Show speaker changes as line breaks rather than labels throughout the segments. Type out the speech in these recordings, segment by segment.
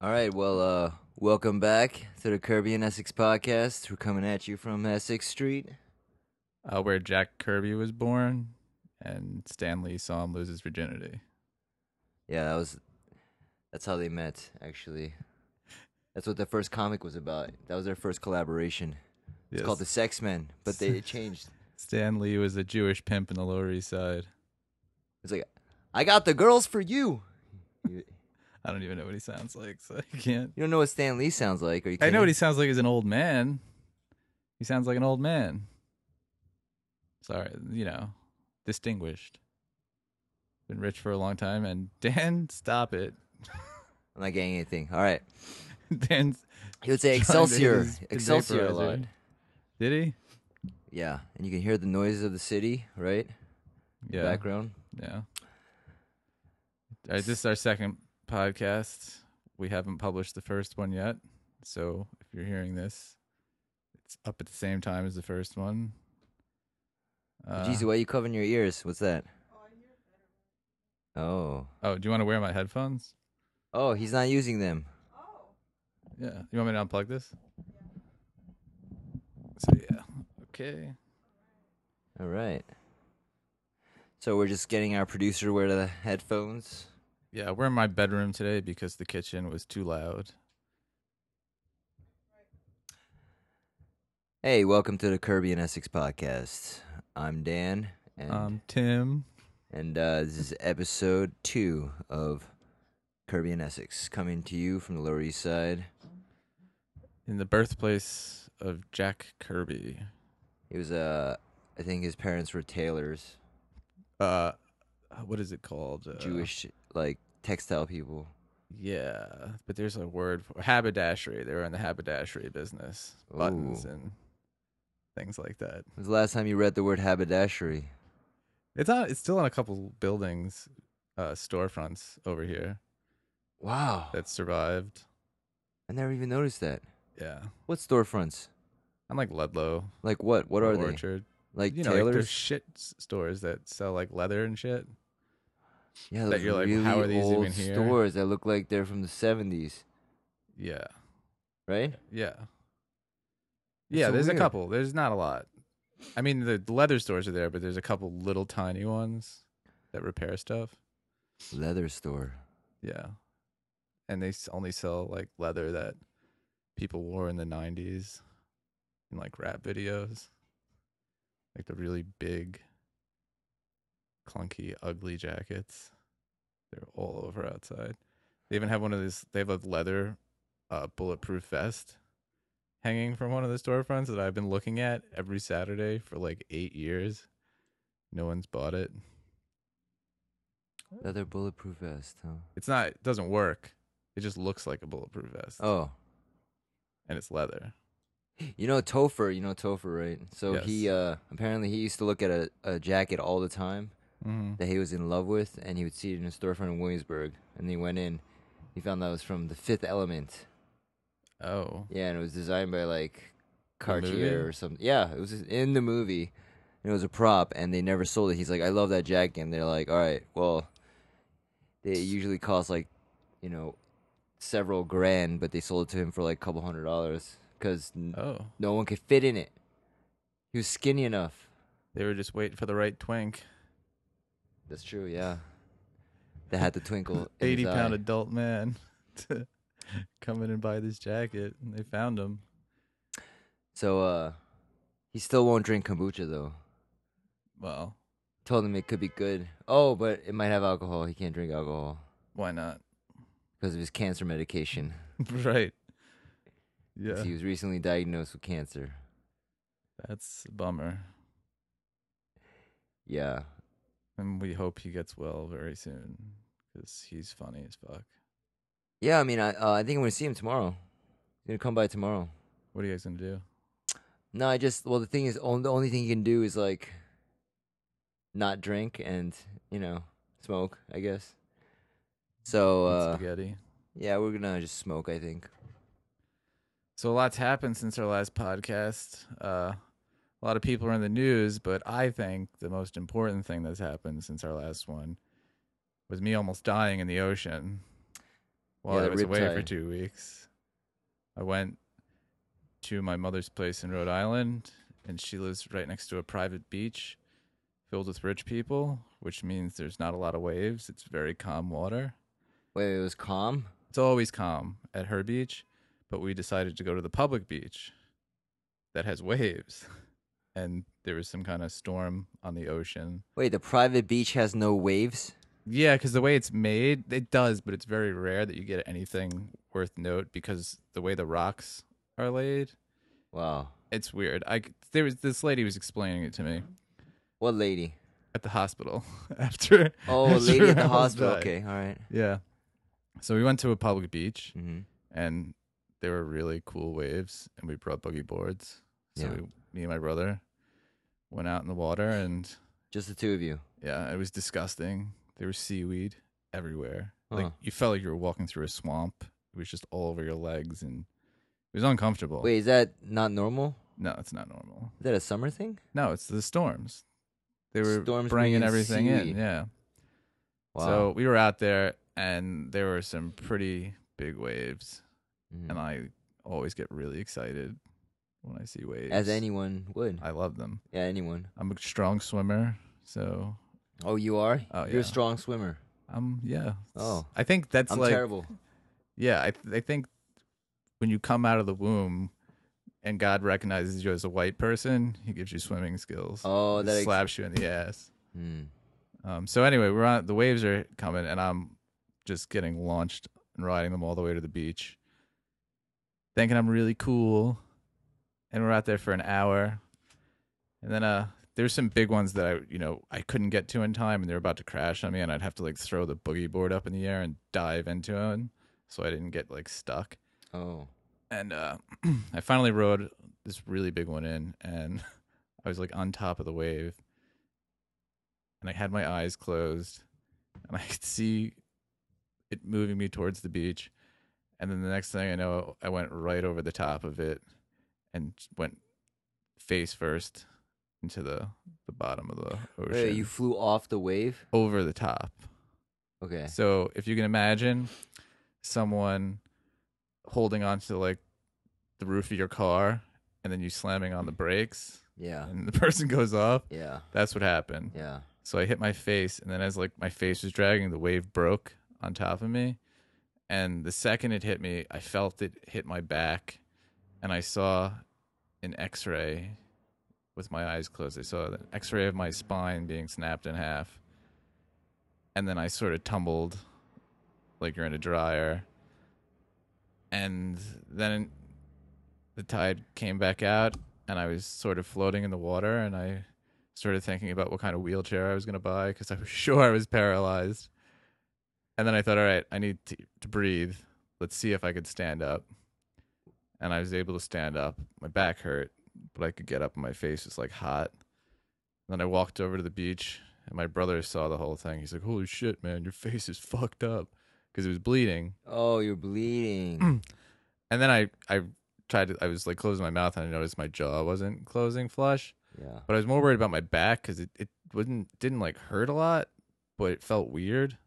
All right, well, uh, welcome back to the Kirby and Essex podcast. We're coming at you from Essex Street.
uh, where Jack Kirby was born, and Stanley saw him lose his virginity.
Yeah, that was that's how they met. Actually, that's what the first comic was about. That was their first collaboration. It's called the Sex Men, but they it changed.
Stanley was a Jewish pimp in the Lower East Side.
It's like I got the girls for you. You,
I don't even know what he sounds like, so I can't.
you don't know what Stan Lee sounds like, or you?
I know what
can't?
he sounds like as an old man. He sounds like an old man. Sorry, you know, distinguished. Been rich for a long time, and Dan, stop it.
I'm not getting anything. All right,
Dan's
he would say
trying to hit
Excelsior,
his- his
Excelsior a lot.
vaporizer. Did he?
Yeah, and you can hear the noises of the city, right?
Yeah.
Background.
Yeah. All right, this is our second podcast. We haven't published the first one yet. So if you're hearing this, it's up at the same time as the first one. Uh,
Jeez, why are you covering your ears? What's that? Oh,
oh, do you want to wear my headphones?
oh, he's not using them.
Yeah. You want me to unplug this? So, yeah. Okay.
All right. So we're just getting our producer to wear the headphones.
Yeah, we're in my bedroom today because the kitchen was too loud.
Hey, welcome to the Kirby and Essex podcast. I'm Dan, and
Um, Tim.
and uh, this is episode two of Kirby and Essex, coming to you from the Lower East Side.
In the birthplace of Jack Kirby.
He was, uh, I think, his parents were tailors,
Uh, what is it called? Uh,
Jewish, like textile people.
Yeah, but there's a word for haberdashery. They were in the haberdashery business, buttons
Ooh.
and things like that.
When's the last time you read the word haberdashery?
It's on. It's still on a couple buildings, uh, storefronts over here
Wow,
that survived.
I never even noticed that.
Yeah,
What storefronts?
I'm like Ludlow.
Like what? What
or
are they?
Orchard.
Like
you know, like
tailors?
there's shit s- stores that sell like leather and shit.
Yeah,
that
those
you're like,
really
how are these even
old
here?
stores that look like they're from the seventies,
Yeah,
right?
yeah, yeah.
so
there's
weird.
a couple. There's not a lot. I mean, the leather stores are there, but there's a couple little tiny ones that repair stuff.
Leather store.
Yeah. And they s- only sell like leather that people wore in the 90s in like rap videos. Like the really big, clunky, ugly jackets. They're all over outside. They even have one of these, they have a leather uh, bulletproof vest hanging from one of the storefronts that I've been looking at every Saturday for like eight years. No one's bought it.
Leather bulletproof vest, huh?
It's not, it doesn't work. It just looks like a bulletproof vest.
Oh.
and it's leather.
You know Topher, you know Topher, right? So he
Yes.
uh apparently he used to look at a, a jacket all the time
Mm-hmm.
that he was in love with and he would see it in a storefront in Williamsburg and he went in. He found that was from the fifth element.
Oh,
Yeah, and it was designed by like
The movie?
Cartier or something. Yeah, it was in the movie. And it was a prop, and they never sold it. He's like, I love that jacket, and they're like, all right, well, they usually cost like, you know, several grand, but they sold it to him for like a couple hundred dollars because
oh,
no one could fit in it. He was skinny enough.
they were just waiting for the right twink.
That's true. Yeah, that had the twinkle. in his
Eighty pound
eye.
adult man to come in and buy this jacket, and they found him.
So uh, he still won't drink kombucha though.
Well,
Told him it could be good. Oh, but it might have alcohol. He can't drink alcohol.
why not?
because of his cancer medication.
right?
'cause
Yeah,
He was recently diagnosed with cancer.
that's a bummer,
Yeah.
and we hope he gets well very soon because he's funny as fuck.
Yeah, I mean, I uh, I think I'm going to see him tomorrow. He's going to come by tomorrow.
What are you guys gonna do?
No, I just, well, the thing is, on- the only thing you can do is like not drink and, you know, smoke, I guess. So,
Eat
uh,
Spaghetti.
yeah, we're going to just smoke, I think.
So a lot's happened since our last podcast. Uh, a lot of people are in the news, but I think the most important thing that's happened since our last one was me almost dying in the ocean. while
Yeah,
I
that
was
rib
away
tie.
for two weeks. I went to my mother's place in Rhode Island, and she lives right next to a private beach filled with rich people, which means there's not a lot of waves. It's very calm water.
Wait, it was calm.
It's always calm at her beach, but we decided to go to the public beach that has waves. And there was some kind of storm on the ocean.
Wait, the private beach has no waves.
Yeah, because the way it's made, it does, but it's very rare that you get anything worth note because the way the rocks are laid,
Wow.
it's weird. I c- there was this lady was explaining it to me
What lady?
at the hospital after.
Oh,
after
lady at the
I almost
hospital.
died.
Okay, all right.
Yeah. So we went to a public beach
Mm-hmm.
and there were really cool waves, and we brought buggy boards. So
Yeah.
we, me and my brother went out in the water, and
Just the two of you.
yeah, it was disgusting. There was seaweed everywhere. Like
Huh.
you felt like you were walking through a swamp. It was just all over your legs, and it was uncomfortable.
Wait, is that not normal?
No, it's not normal.
Is that a summer thing?
No, it's the storms. They were
Storms
bringing
bringing
everything
seaweed.
in. Yeah.
Wow.
So we were out there, and there were some pretty big waves,
Mhm.
and I always get really excited when I see waves.
As anyone would.
I love them.
Yeah, anyone.
I'm a strong swimmer, so
Oh, you are?
Oh,
You're a
yeah.
strong swimmer.
I'm yeah.
Oh.
I think that's
I'm
like
terrible.
yeah. I th- I think when you come out of the womb. And God recognizes you as a white person. He gives you swimming skills.
Oh,
He
that ex-
slaps you in the ass.
Mm.
Um, so anyway, we're on. The waves are coming, and I'm just getting launched and riding them all the way to the beach, thinking I'm really cool. And we're out there for an hour, and then uh, there's some big ones that I, you know, I couldn't get to in time, and they're about to crash on me, and I'd have to like throw the boogie board up in the air and dive into it, so I didn't get like stuck.
Oh.
And uh, I finally rode this really big one in, and I was like on top of the wave, and I had my eyes closed, and I could see it moving me towards the beach, and then the next thing I know, I went right over the top of it, and went face first into the the bottom of the ocean,
Wait, you flew off the wave?
over the top.
Okay.
So if you can imagine someone holding onto like the roof of your car and then you slamming on the brakes
Yeah.
and the person goes off,
Yeah.
that's what happened.
Yeah.
So I hit my face and then as like my face was dragging, the wave broke on top of me. And the second it hit me, I felt it hit my back and I saw an x-ray with my eyes closed. I saw an x-ray of my spine being snapped in half. And then I sort of tumbled like you're in a dryer. And then the tide came back out and I was sort of floating in the water and I started thinking about what kind of wheelchair I was going to buy cuz I was sure I was paralyzed. And then I thought, all right, I need to, to breathe. Let's see if I could stand up. And I was able to stand up. My back hurt, but I could get up and my face was like hot. then I walked over to the beach and my brother saw the whole thing. He's like, "Holy shit, man, your face is fucked up." Cuz it was bleeding.
Oh, you're bleeding.
And then I I tried to I was like closing my mouth and I noticed my jaw wasn't closing flush,
yeah.
but I was more worried about my back cuz it it wouldn't didn't like hurt a lot, but it felt weird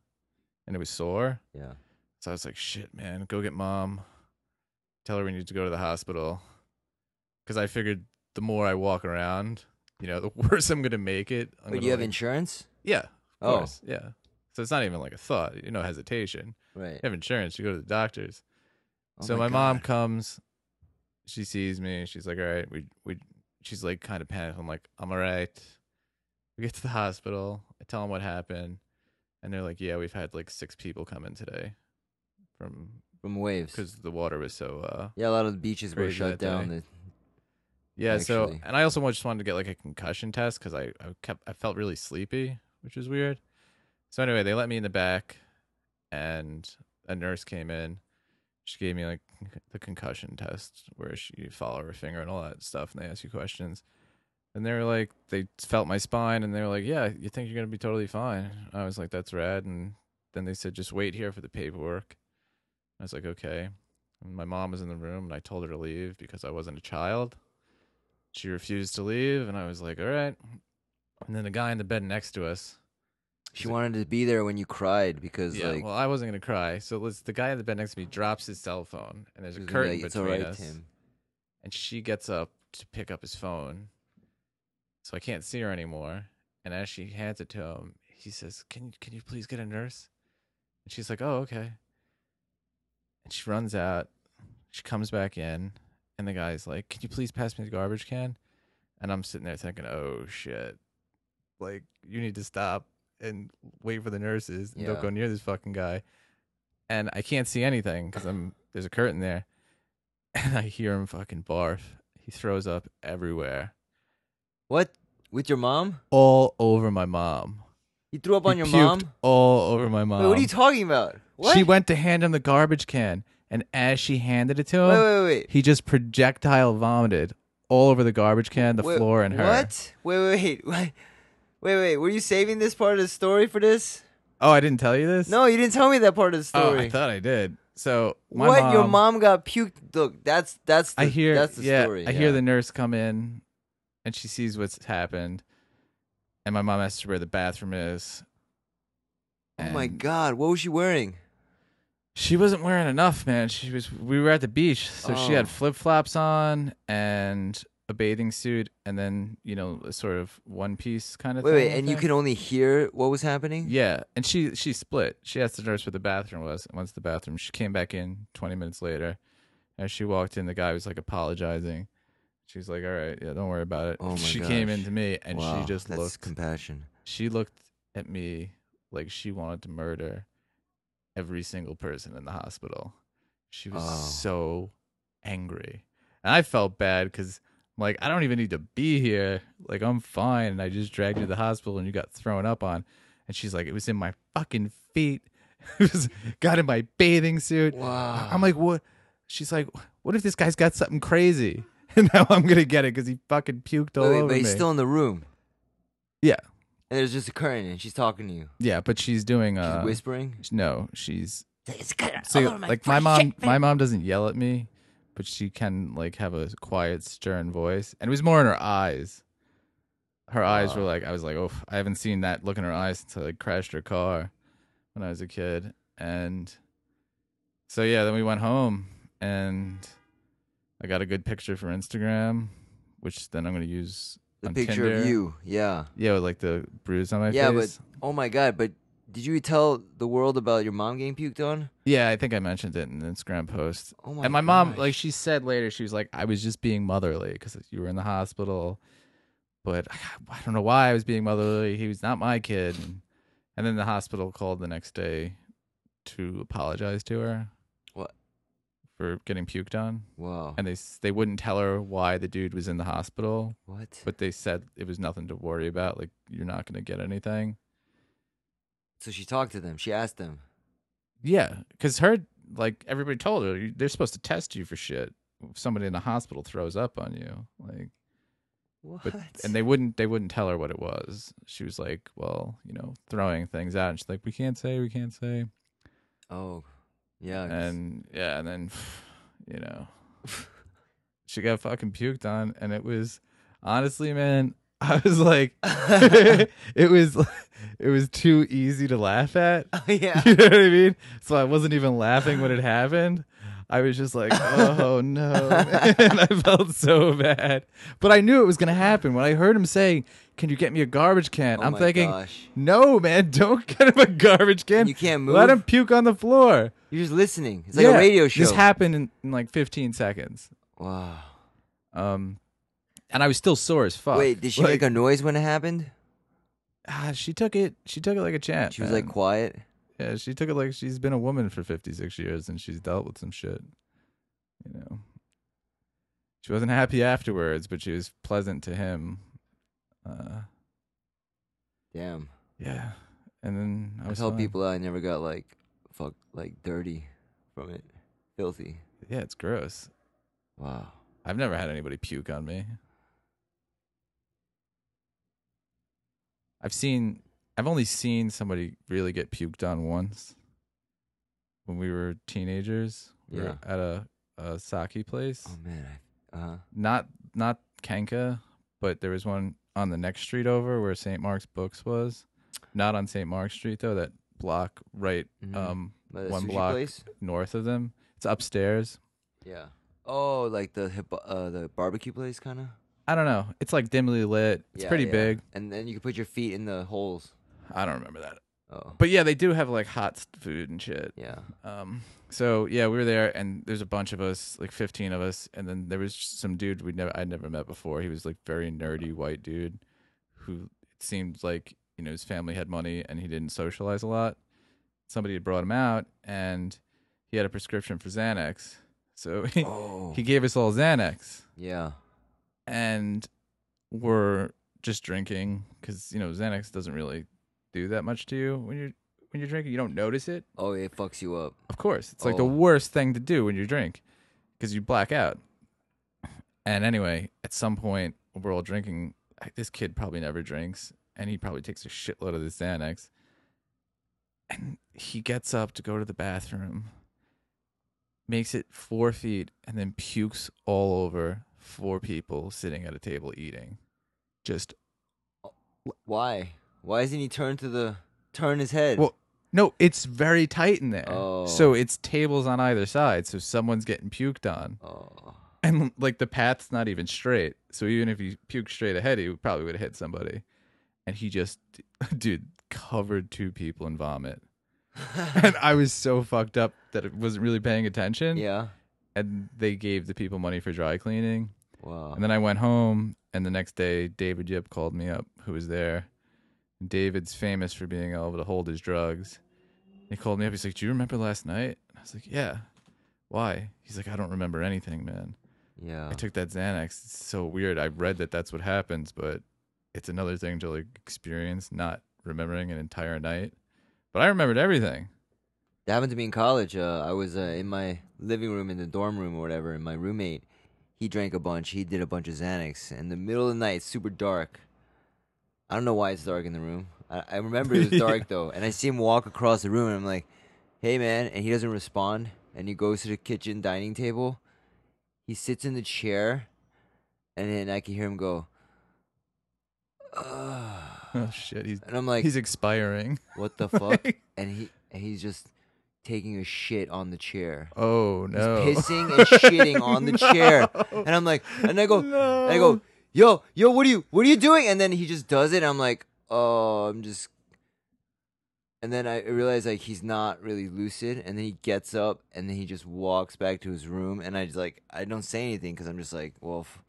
and it was sore.
Yeah.
So I was like, "Shit, man, go get mom. Tell her we need to go to the hospital." Cuz I figured the more I walk around, you know, the worse I'm going to make it.
Wait,
I'm gonna,
do you have
like-
insurance?
Yeah. Of
Oh.
course. Yeah. So it's not even like a thought, you know, hesitation.
Right.
You have insurance, you go to the doctors
Oh
so my, mom
God.
comes, she sees me, she's like, "All right, we we." She's like, kind of panicked. I'm like, "I'm all right." We get to the hospital. I tell them what happened, and they're like, "Yeah, we've had like six people come in today, from
from waves.
because the water was so uh
Yeah, a lot of the beaches were
Crazy
shut
that
down.
day.
The,
yeah." So
Actually.
and I also wa- just wanted to get like a concussion test because I I kept I felt really sleepy, which is weird. So anyway, they let me in the back, and a nurse came in. She gave me like the concussion test where she you follow her finger and all that stuff, and they ask you questions. And they were like, they felt my spine, and they were like, "Yeah, you think you're gonna be totally fine?" I was like, "That's rad." And then they said, "Just wait here for the paperwork." I was like, "Okay." And my mom was in the room, and I told her to leave because I wasn't a child. She refused to leave, and I was like, "All right." And then the guy in the bed next to us
She wanted to be there when you cried because
yeah,
like
well, I wasn't gonna cry. So let's. The guy in the bed next to me drops his cell phone, and there's
she
a
was gonna be
curtain
like, it's all
between
right,
us.
Tim.
And she gets up to pick up his phone, so I can't see her anymore. And as she hands it to him, he says, "Can can you please get a nurse?" And she's like, "Oh, okay." And she runs out. She comes back in, and the guy's like, "Can you please pass me the garbage can?" And I'm sitting there thinking, "Oh shit! Like you need to stop and wait for the nurses and
Yeah.
don't go near this fucking guy." And I can't see anything because I'm there's a curtain there, and I hear him fucking barf. He throws up everywhere,
What with your mom?
all over my mom.
You threw up on
He
your
puked
mom?
All over my mom.
Wait, what are you talking about? What?
She went to hand him the garbage can, and as she handed it to him,
wait, wait, wait.
he just projectile vomited all over the garbage can, the
Wait,
floor, and her.
What? Wait, wait, wait, wait, wait, wait. Were you saving this part of the story for this?
Oh, I didn't tell you this.
No, you didn't tell me that part of the
oh,
story.
I thought I did. So my
what? Your mom got puked. Look, that's that's. The,
I hear.
That's the
yeah,
story.
I
yeah.
hear the nurse come in, and she sees what's happened, and my mom asks her where the bathroom is.
Oh my
and
god, what was she wearing?
She wasn't wearing enough, man. She was. We were at the beach, so she
Oh.
had flip flops on and a bathing suit, and then you know, a sort of one piece kind of.
Wait,
thing,
wait,
I
and you
think.
could only hear what was happening.
Yeah, and she she split. She asked the nurse where the bathroom was. And once the bathroom, she came back in twenty minutes later. As she walked in, the guy was like apologizing. She was like, "All right, yeah, don't worry about it."
Oh my
she came
gosh.
in to me and
Wow,
she just
that's
looked.
compassion.
she looked at me like she wanted to murder every single person in the hospital. She was
Oh.
so angry, and I felt bad because. Like I don't even need to be here. Like I'm fine, and I just dragged you to the hospital, and you got thrown up on. And she's like, it was in my fucking feet. it was got in my bathing suit.
Wow.
I'm like, what? She's like, what if this guy's got something crazy? And now I'm gonna get it because he fucking puked all
Wait, wait,
over
but he's
me.
still in the room.
Yeah.
And there's just a curtain, and she's talking to you.
yeah, but she's doing.
She's
Uh,
whispering.
no, she's
It's kinda
so
all over
like my mom.
fucking shit,
my mom doesn't yell at me, but she can like have a quiet, stern voice, and it was more in her eyes. Her eyes were
Wow.
like I was like, oh, I haven't seen that look in her eyes since I like, crashed her car when I was a kid, and so yeah, then we went home, and I got a good picture for Instagram, which then I'm gonna use
The
on
picture of
Tinder.
you. Yeah.
Yeah, with, like the bruise on my
Yeah, but-
face.
Oh my god, but did you tell the world about your mom getting puked on?
yeah, I think I mentioned it in the Instagram post.
Oh my
and my mom,
gosh.
like she said later, she was like, "I was just being motherly because you were in the hospital, but I don't know why I was being motherly. He was not my kid." And then the hospital called the next day to apologize to her.
What?
For getting puked on,
Wow.
and they s- they wouldn't tell her why the dude was in the hospital,
What?
but they said it was nothing to worry about. Like you're not gonna get anything.
So she talked to them. She asked them.
Yeah, because her like everybody told her you- they're supposed to test you for shit. If somebody in the hospital throws up on you, like,
What?
but and they wouldn't they wouldn't tell her what it was. She was like, well, you know, throwing things out, and she's like, we can't say, we can't say,
Oh, yeah. 'cause-
and yeah, and then you know, she got fucking puked on, and it was honestly, man, I was like, it was it was too easy to laugh at.
Oh, yeah.
you know what I mean? So I wasn't even laughing when it happened. I was just like, oh no. and I felt so bad. But I knew it was going to happen. When I heard him say, can you get me a garbage can?
Oh
I'm
my
thinking,
gosh.
no, man, don't get him a garbage can.
You can't move?
Let him puke on the floor.
You're just listening. It's like a
Yeah,
radio show.
This happened in, in like 15 seconds.
wow.
Um, and I was still sore as fuck.
Wait, did she
like,
make a noise when it happened?
ah, she took it. She took it like a champ.
She was like
man.
quiet.
Yeah, she took it like she's been a woman for 56 years and she's dealt with some shit. You know. She wasn't happy afterwards, but she was pleasant to him. Uh,
Damn.
yeah. And then I
I
was
tell
fine.
people I never got like fuck like dirty from it. Filthy.
Yeah, it's gross.
Wow.
I've never had anybody puke on me. I've seen I've only seen somebody really get puked on once. When we were teenagers, we were at a, a sake place.
Oh man. I, uh
not not Kanka, but there was one on the next street over where St. Mark's Books was, Not on St. Mark's Street though. That block right
Mhm.
um
By the
one
sushi
block
place?
north of them. It's upstairs.
Yeah. Oh, like the hip, uh, the barbecue place, kind of.
I don't know. It's like dimly lit. It's pretty big.
And then you can put your feet in the holes.
I don't remember that.
Oh,
But yeah, they do have like hot s- food and shit.
yeah.
Um, so yeah, we were there, and there's a bunch of us, like 15 of us, and then there was just some dude we would never I'd never met before. He was like very nerdy white dude, who it seemed like you know his family had money and he didn't socialize a lot. Somebody had brought him out, and he had a prescription for Xanax, so he,
Oh,
he gave us all Xanax,
yeah.
and we're just drinking because you know Xanax doesn't really do that much to you when you're when you're drinking. You don't notice it.
Oh, it fucks you up.
Of course. It's like the
Oh.
worst thing to do when you drink because you black out. And anyway, at some point, we're all drinking. This kid probably never drinks, and he probably takes a shitload of this Xanax. And he gets up to go to the bathroom, makes it four feet, and then pukes all over four people sitting at a table eating. Just
Why? Why doesn't he turn to the turn his head?
Well, no, it's very tight in there.
Oh.
So it's tables on either side. So someone's getting puked on.
oh,
and like the path's not even straight. So even if he puked straight ahead, he probably would have hit somebody. And he just, dude, covered two people in vomit. and I was so fucked up that I wasn't really paying attention.
yeah.
And they gave the people money for dry cleaning.
Wow.
And then I went home. And the next day, David Yip called me up, who was there. And David's famous for being able to hold his drugs. He called me up. He's like, Do you remember last night? I was like, Yeah. Why? He's like, I don't remember anything, man.
yeah.
I took that Xanax. It's so weird. I read that that's what happens, but it's another thing to like experience not remembering an entire night. But I remembered everything.
That happened to me in college. Uh, I was uh, in my living room, in the dorm room or whatever, and my roommate, he drank a bunch. He did a bunch of Xanax. In the middle of the night, it's super dark. I don't know why it's dark in the room. I, I remember it was
Yeah.
dark, though. And I see him walk across the room, and I'm like, hey, man. And he doesn't respond. And he goes to the kitchen dining table. He sits in the chair, and then I can hear him go, Ugh.
Oh shit, he's
And I'm like,
he's expiring.
what the fuck? and he and he's just taking a shit on the chair.
oh no.
He's pissing and shitting on the chair. And I'm like, and I go, and I go, yo, yo, what are you, what are you doing? And then he just does it. And I'm like, oh, I'm just. And then I realize like he's not really lucid. And then he gets up and then he just walks back to his room. And I just like, I don't say anything because I'm just like, well, f-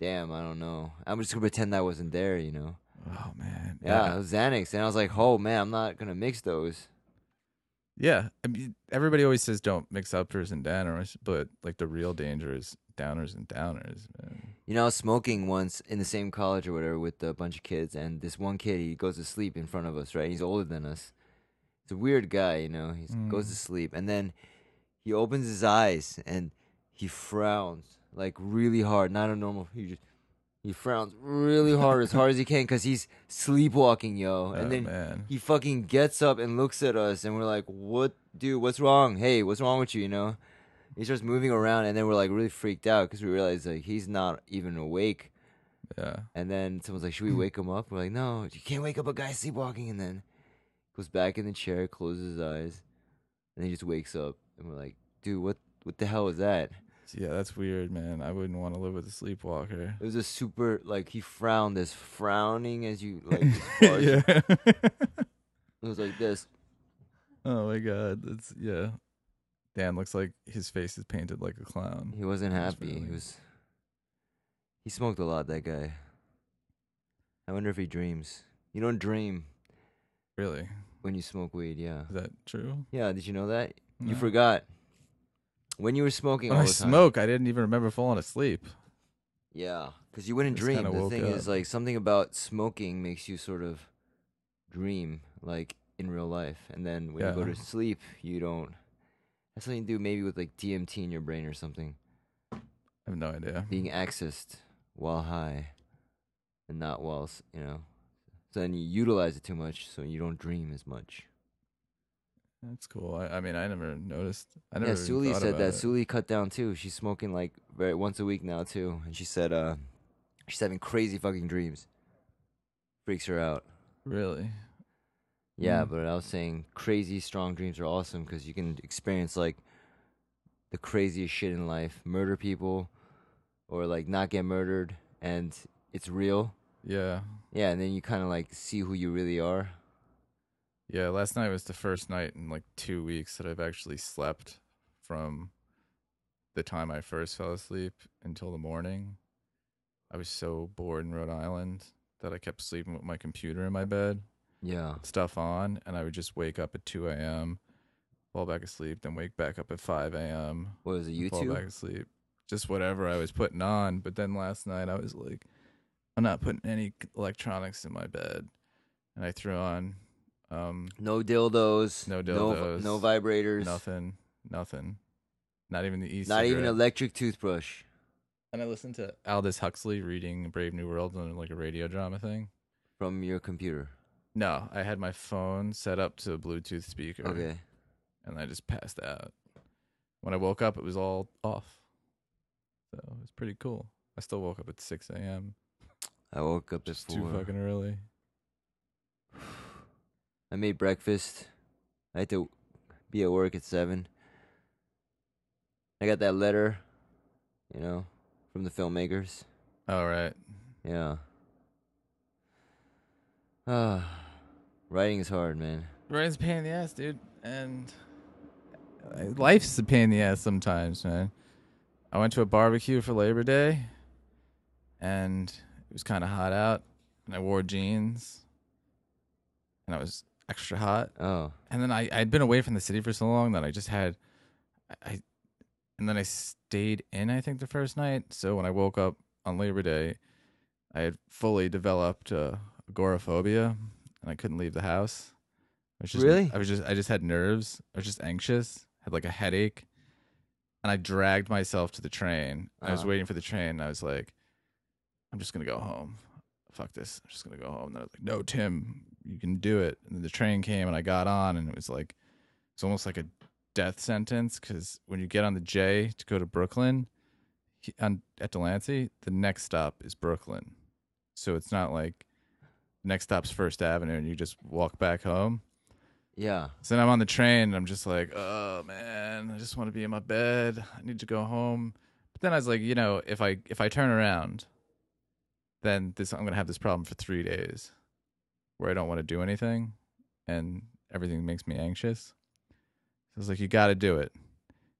damn, I don't know. I'm just gonna pretend I wasn't there, you know.
Oh man.
Yeah, it was Xanax, and I was like, oh man, I'm not gonna mix those.
Yeah. I mean everybody always says don't mix uppers and downers, but like the real danger is downers and downers, man.
You know, I was smoking once in the same college or whatever with a bunch of kids, and this one kid he goes to sleep in front of us, right? He's older than us. It's a weird guy, you know. He goes to sleep, and then he opens his eyes and he frowns like really hard, not a normal. He just he frowns really hard, as hard as he can, because he's sleepwalking, yo. And
oh,
then
man.
he fucking gets up and looks at us, and we're like, "What, dude? What's wrong? Hey, what's wrong with you?" You know. He starts moving around, and then we're like really freaked out because we realize like he's not even awake.
Yeah.
And then someone's like, "Should we wake him up?" We're like, "No, you can't wake up a guy sleepwalking." And then goes back in the chair, closes his eyes, and he just wakes up, and we're like, "Dude, what? What the hell was that?"
Yeah, that's weird, man. I wouldn't want to live with a sleepwalker.
It was a super like he frowned, as frowning as you like. As far as- It was like this.
Oh my god, that's yeah. Dan looks like his face is painted like a clown.
He wasn't
was
happy.
really-
He was. He smoked a lot. That guy. I wonder if he dreams. You don't dream
Really?
when you smoke weed. Yeah.
Is that true?
Yeah. Did you know that? You
No.
forgot. When you were smoking
When
all
I
the time.
smoke, I didn't even remember falling asleep.
Yeah, because you wouldn't
Just kinda
dream. The
woke
thing is,
up.
like, something about smoking makes you sort of dream, like in real life, and then when you go to
Yeah.
sleep, you don't. That's something to do maybe with like DMT in your brain or something
I have no idea.
being accessed while high, and not while s- you know. So then you utilize it too much, so you don't dream as much.
That's cool. I, I mean, I never noticed. I never
yeah,
even
Suli
thought
said
about
that.
it.
Suli cut down too. She's smoking like very, once a week now too, and she said uh, she's having crazy fucking dreams. Freaks her out.
Really?
Yeah,
Mm.
but I was saying crazy strong dreams are awesome because you can experience like the craziest shit in life, murder people, or like not get murdered, and it's real.
Yeah.
Yeah, and then you kind of like see who you really are.
Yeah, last night was the first night in like two weeks that I've actually slept from the time I first fell asleep until the morning. I was so bored in Rhode Island that I kept sleeping with my computer in my bed,
Yeah,
stuff on, and I would just wake up at 2 a.m., fall back asleep, then wake back up at 5 a.m.,
what was it?
and fall back
YouTube?
asleep. Just whatever I was putting on. But then last night I was like, I'm not putting any electronics in my bed. And I threw on um,
No dildos.
No
No,
dildos.
no vibrators.
Nothing. Nothing. Not even the East.
Not even electric toothbrush.
and I listened to Aldous Huxley reading Brave New World on like a radio drama thing.
from your computer.
No, I had my phone set up to a Bluetooth speaker.
Okay.
And I just passed out. When I woke up, it was all off. So it was pretty cool. I still woke up at 6 a.m.
I woke up at
Just too
four.
fucking early.
I made breakfast. I had to be at work at seven. I got that letter, you know, from the filmmakers.
All right.
Yeah. Ah, writing is hard, man.
Ryan's a pain in the ass, dude. And uh, life's a pain in the ass sometimes, man. I went to a barbecue for Labor Day and it was kind of hot out. And I wore jeans and I was extra hot.
Oh,
And then I, I'd been away from the city for so long that I just had, I, I- and then I stayed in, I think, the first night. So when I woke up on Labor Day, I had fully developed uh, agoraphobia and I couldn't leave the house. I was just,
Really?
I was just, I just had nerves. I was just anxious, had like a headache. And I dragged myself to the train. I was
Uh-huh.
waiting for the train and I was like, I'm just going to go home. Fuck this. I'm just going to go home. And I was like, no, Tim, you can do it. And then the train came and I got on and it was like, it's almost like a death sentence because when you get on the J to go to Brooklyn he- on, at Delancey, the next stop is Brooklyn. So it's not like the next stop's First Avenue and you just walk back home.
yeah.
So then I'm on the train and I'm just like, oh man, I just want to be in my bed. I need to go home. But then I was like, you know, if I if I turn around, then this I'm gonna have this problem for three days where I don't want to do anything and everything makes me anxious. So I was like, you gotta do it.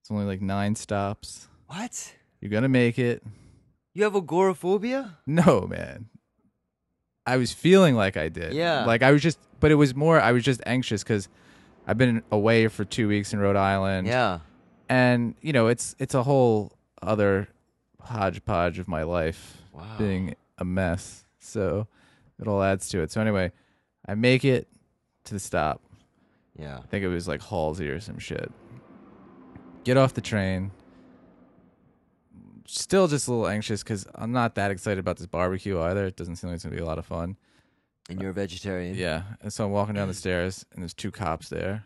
It's only like nine stops.
What?
You're gonna make it.
You have agoraphobia?
No, man. I was feeling like I did.
Yeah.
Like I was just, but it was more, I was just anxious because I've been away for two weeks in Rhode Island.
Yeah.
And, you know, it's, it's a whole other hodgepodge of my life
Wow.
being a mess. So it all adds to it. So anyway, I make it to the stop.
Yeah.
I think it was like Halsey or some shit. Get off the train. Still just a little anxious because I'm not that excited about this barbecue either. It doesn't seem like it's gonna be a lot of fun.
And you're a vegetarian.
Yeah. And so I'm walking
Mm.
down the stairs and there's two cops there.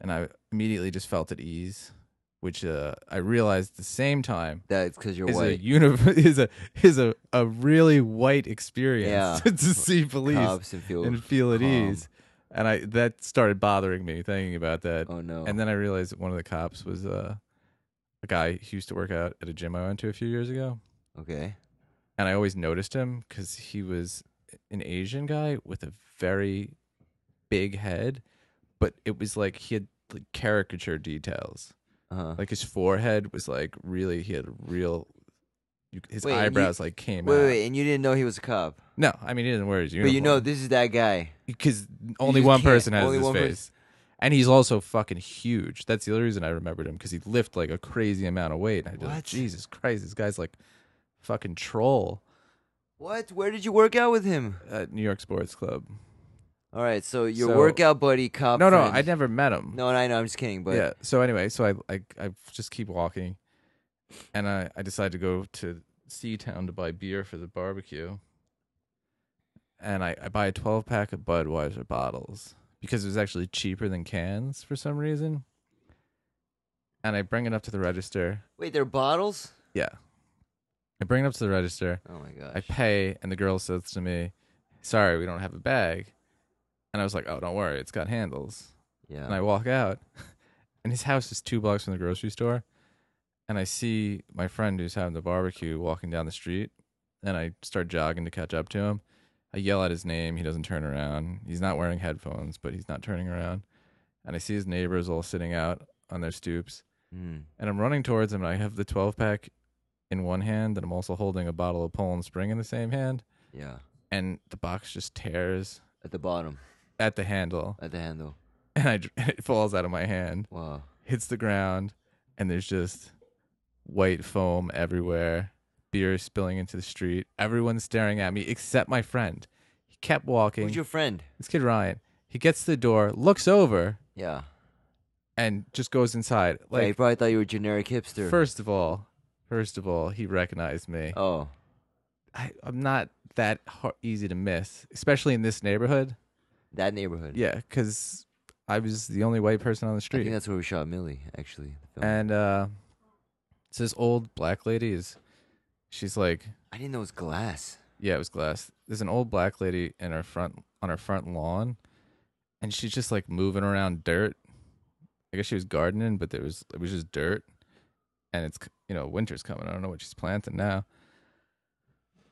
And I immediately just felt at ease, which uh, I realized at the same time
That's because you're
is a
white.
univ- is a is a, a really white experience
Yeah.
to see police
Cops and feel.
and feel at
calm.
ease. And I that started bothering me thinking about that.
oh no.
And then I realized that one of the cops was uh, a guy who used to work out at a gym I went to a few years ago.
okay.
And I always noticed him because he was an Asian guy with a very big head, but it was like he had like caricature details.
Uh huh.
Like his forehead was like really, he had a real, you, his
Wait, and you-
eyebrows like came
Wait,
out.
wait, and you didn't know he was a cop,
No, I mean, he didn't wear his uniform.
but you know this is that guy.
because only
just
one
can't-
person has
only
his
one
face.
person-
And he's also fucking huge. That's the other reason I remembered him because he lifted like a crazy amount of weight. And I just,
What?
Jesus Christ, this guy's like fucking troll
What? Where did you work out with him?
at New York Sports Club.
All right, so your
So-
workout buddy cop.
no, no,
friend.
I never met him.
No, I know. I'm just kidding. But
yeah. So anyway, so I, I I just keep walking, and I I decide to go to Seatown to buy beer for the barbecue. And I, I buy a 12 pack of Budweiser bottles because it was actually cheaper than cans for some reason. And I bring it up to the register.
wait, they're bottles.
Yeah. I bring it up to the register.
Oh my
I
gosh.
pay, and the girl says to me, "Sorry, we don't have a bag." And I was like, oh, don't worry, it's got handles. And
Yeah.
I walk out, and his house is two blocks from the grocery store. And I see my friend who's having the barbecue walking down the street, and I start jogging to catch up to him. I yell at his name. He doesn't turn around. He's not wearing headphones, but he's not turning around. And I see his neighbors all sitting out on their stoops.
Mm.
And I'm running towards him, and I have the 12 pack in one hand, and I'm also holding a bottle of Poland Spring in the same hand.
Yeah.
And the box just tears
At the bottom,
at the handle,
at the handle.
and I, dr- it falls out of my hand.
Wow.
hits the ground and there's just white foam everywhere beer spilling into the street everyone's staring at me except my friend he kept walking
Who's your friend?
this kid ryan he gets to the door looks over
Yeah.
and just goes inside
Like, he
like
probably thought you were a generic hipster.
first of all first of all he recognized me
oh.
I, i'm not that hard, easy to miss especially in this neighborhood
That neighborhood.
yeah because i was the only white person on the
I
street
think that's where we shot Millie, actually. The film.
and uh it's this old black lady is she's like
I didn't know it was glass.
yeah it was glass there's an old black lady in her front on her front lawn and she's just like moving around dirt i guess she was gardening but there was it was just dirt and it's c- you know winter's coming i don't know what she's planting now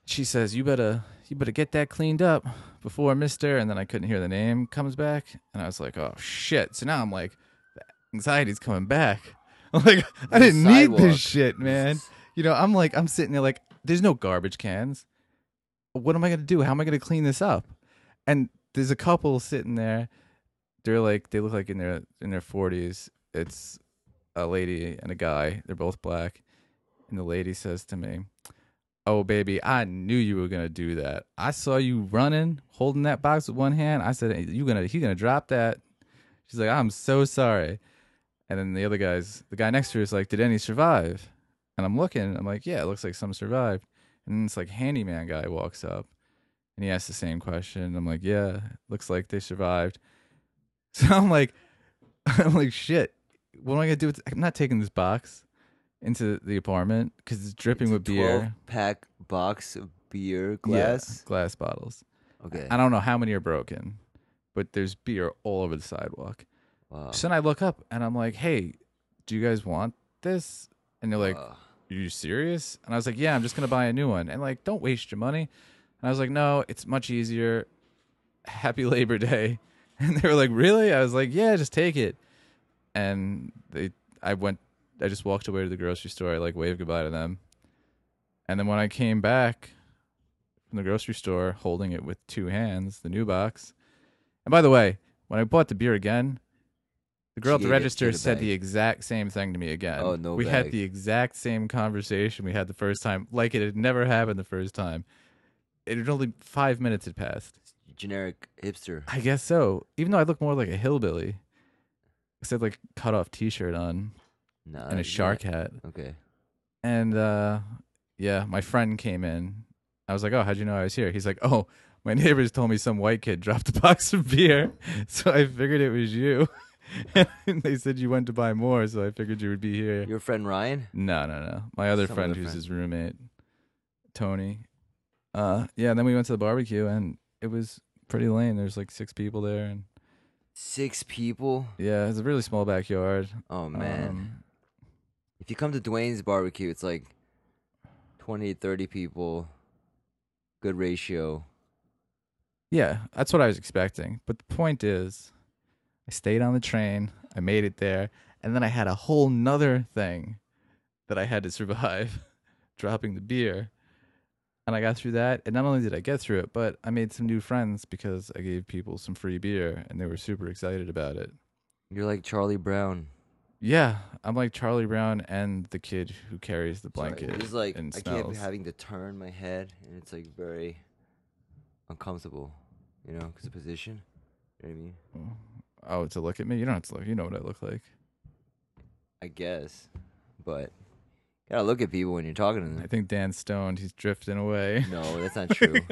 she says you better you better get that cleaned up before mister and then i couldn't hear the name comes back and i was like oh shit so now i'm like the anxiety's coming back I'm like i
The
didn't need
sidewalk.
this shit man you know i'm like i'm sitting there like there's no garbage cans what am i going to do how am i going to clean this up and there's a couple sitting there they're like they look like in their in their 40s it's a lady and a guy they're both black and the lady says to me oh baby i knew you were going to do that i saw you running holding that box with one hand i said you going to you going to drop that she's like i'm so sorry and then the other guys the guy next to her is like did any survive and i'm looking i'm like yeah it looks like some survived and then it's like handyman guy walks up and he asks the same question. I'm like, yeah, looks like they survived. So I'm like, I'm like, shit. What am I gonna do? With I'm not taking this box into the apartment because it's dripping
It's a
with beer,
12-pack box of beer
Yeah,
glass.
glass bottles.
Okay.
I don't know how many are broken, but there's beer all over the sidewalk.
Wow.
So then I look up and I'm like, hey, do you guys want this? And they're like,
Wow.
are you serious? And I was like, yeah, I'm just going to buy a new one. And like, don't waste your money. And I was like, no, it's much easier. Happy Labor Day. And they were like, really? I was like, yeah, just take it. And they, I went, I just walked away to the grocery store. I like waved goodbye to them. And then when I came back from the grocery store, holding it with two hands, the new box. And by the way, when I bought the beer again, the girl
She
at the
gave it to
register
the
said
bag.
the exact same thing to me again.
Oh, no
We had
bag.
the exact same conversation we had the first time, like it had never happened the first time. It had only five minutes had passed.
Generic hipster.
I guess so. Even though I look more like a hillbilly, except like cut off t shirt on
No.
and a
that's
shark
not-
hat.
Okay.
And uh, yeah, my friend came in. I was like, "Oh, how'd you know I was here?" He's like, "Oh, my neighbors told me some white kid dropped a box of beer, so I figured it was you." and they said you went to buy more, so I figured you would be here.
Your friend Ryan?
No, no, no. My other
Some
friend,
other
who's
friend.
his roommate, Tony. Uh, yeah. And then we went to the barbecue, and it was pretty lame. There's like six people there, and
Six people?
yeah, it's a really small backyard.
Oh, man.
Um,
if you come to Dwayne's barbecue, it's like 20 to 30 people. Good ratio.
yeah, that's what I was expecting. But the point is, I stayed on the train. I made it there, and then I had a whole nother thing that I had to survive, dropping the beer. And I got through that, and not only did I get through it, but I made some new friends because I gave people some free beer, and they were super excited about it.
You're like Charlie Brown.
Yeah, I'm like Charlie Brown and the kid who carries the
Sorry,
blanket.
It's like
and
I keep
smells.
having to turn my head, and it's like very uncomfortable, you know, because the position. You know what I mean?
Oh, to look at me? You don't have to look. You know what I look like.
I guess, but gotta look at people when you're talking to
I
them.
think Dan's stoned. He's drifting away.
No, that's not true.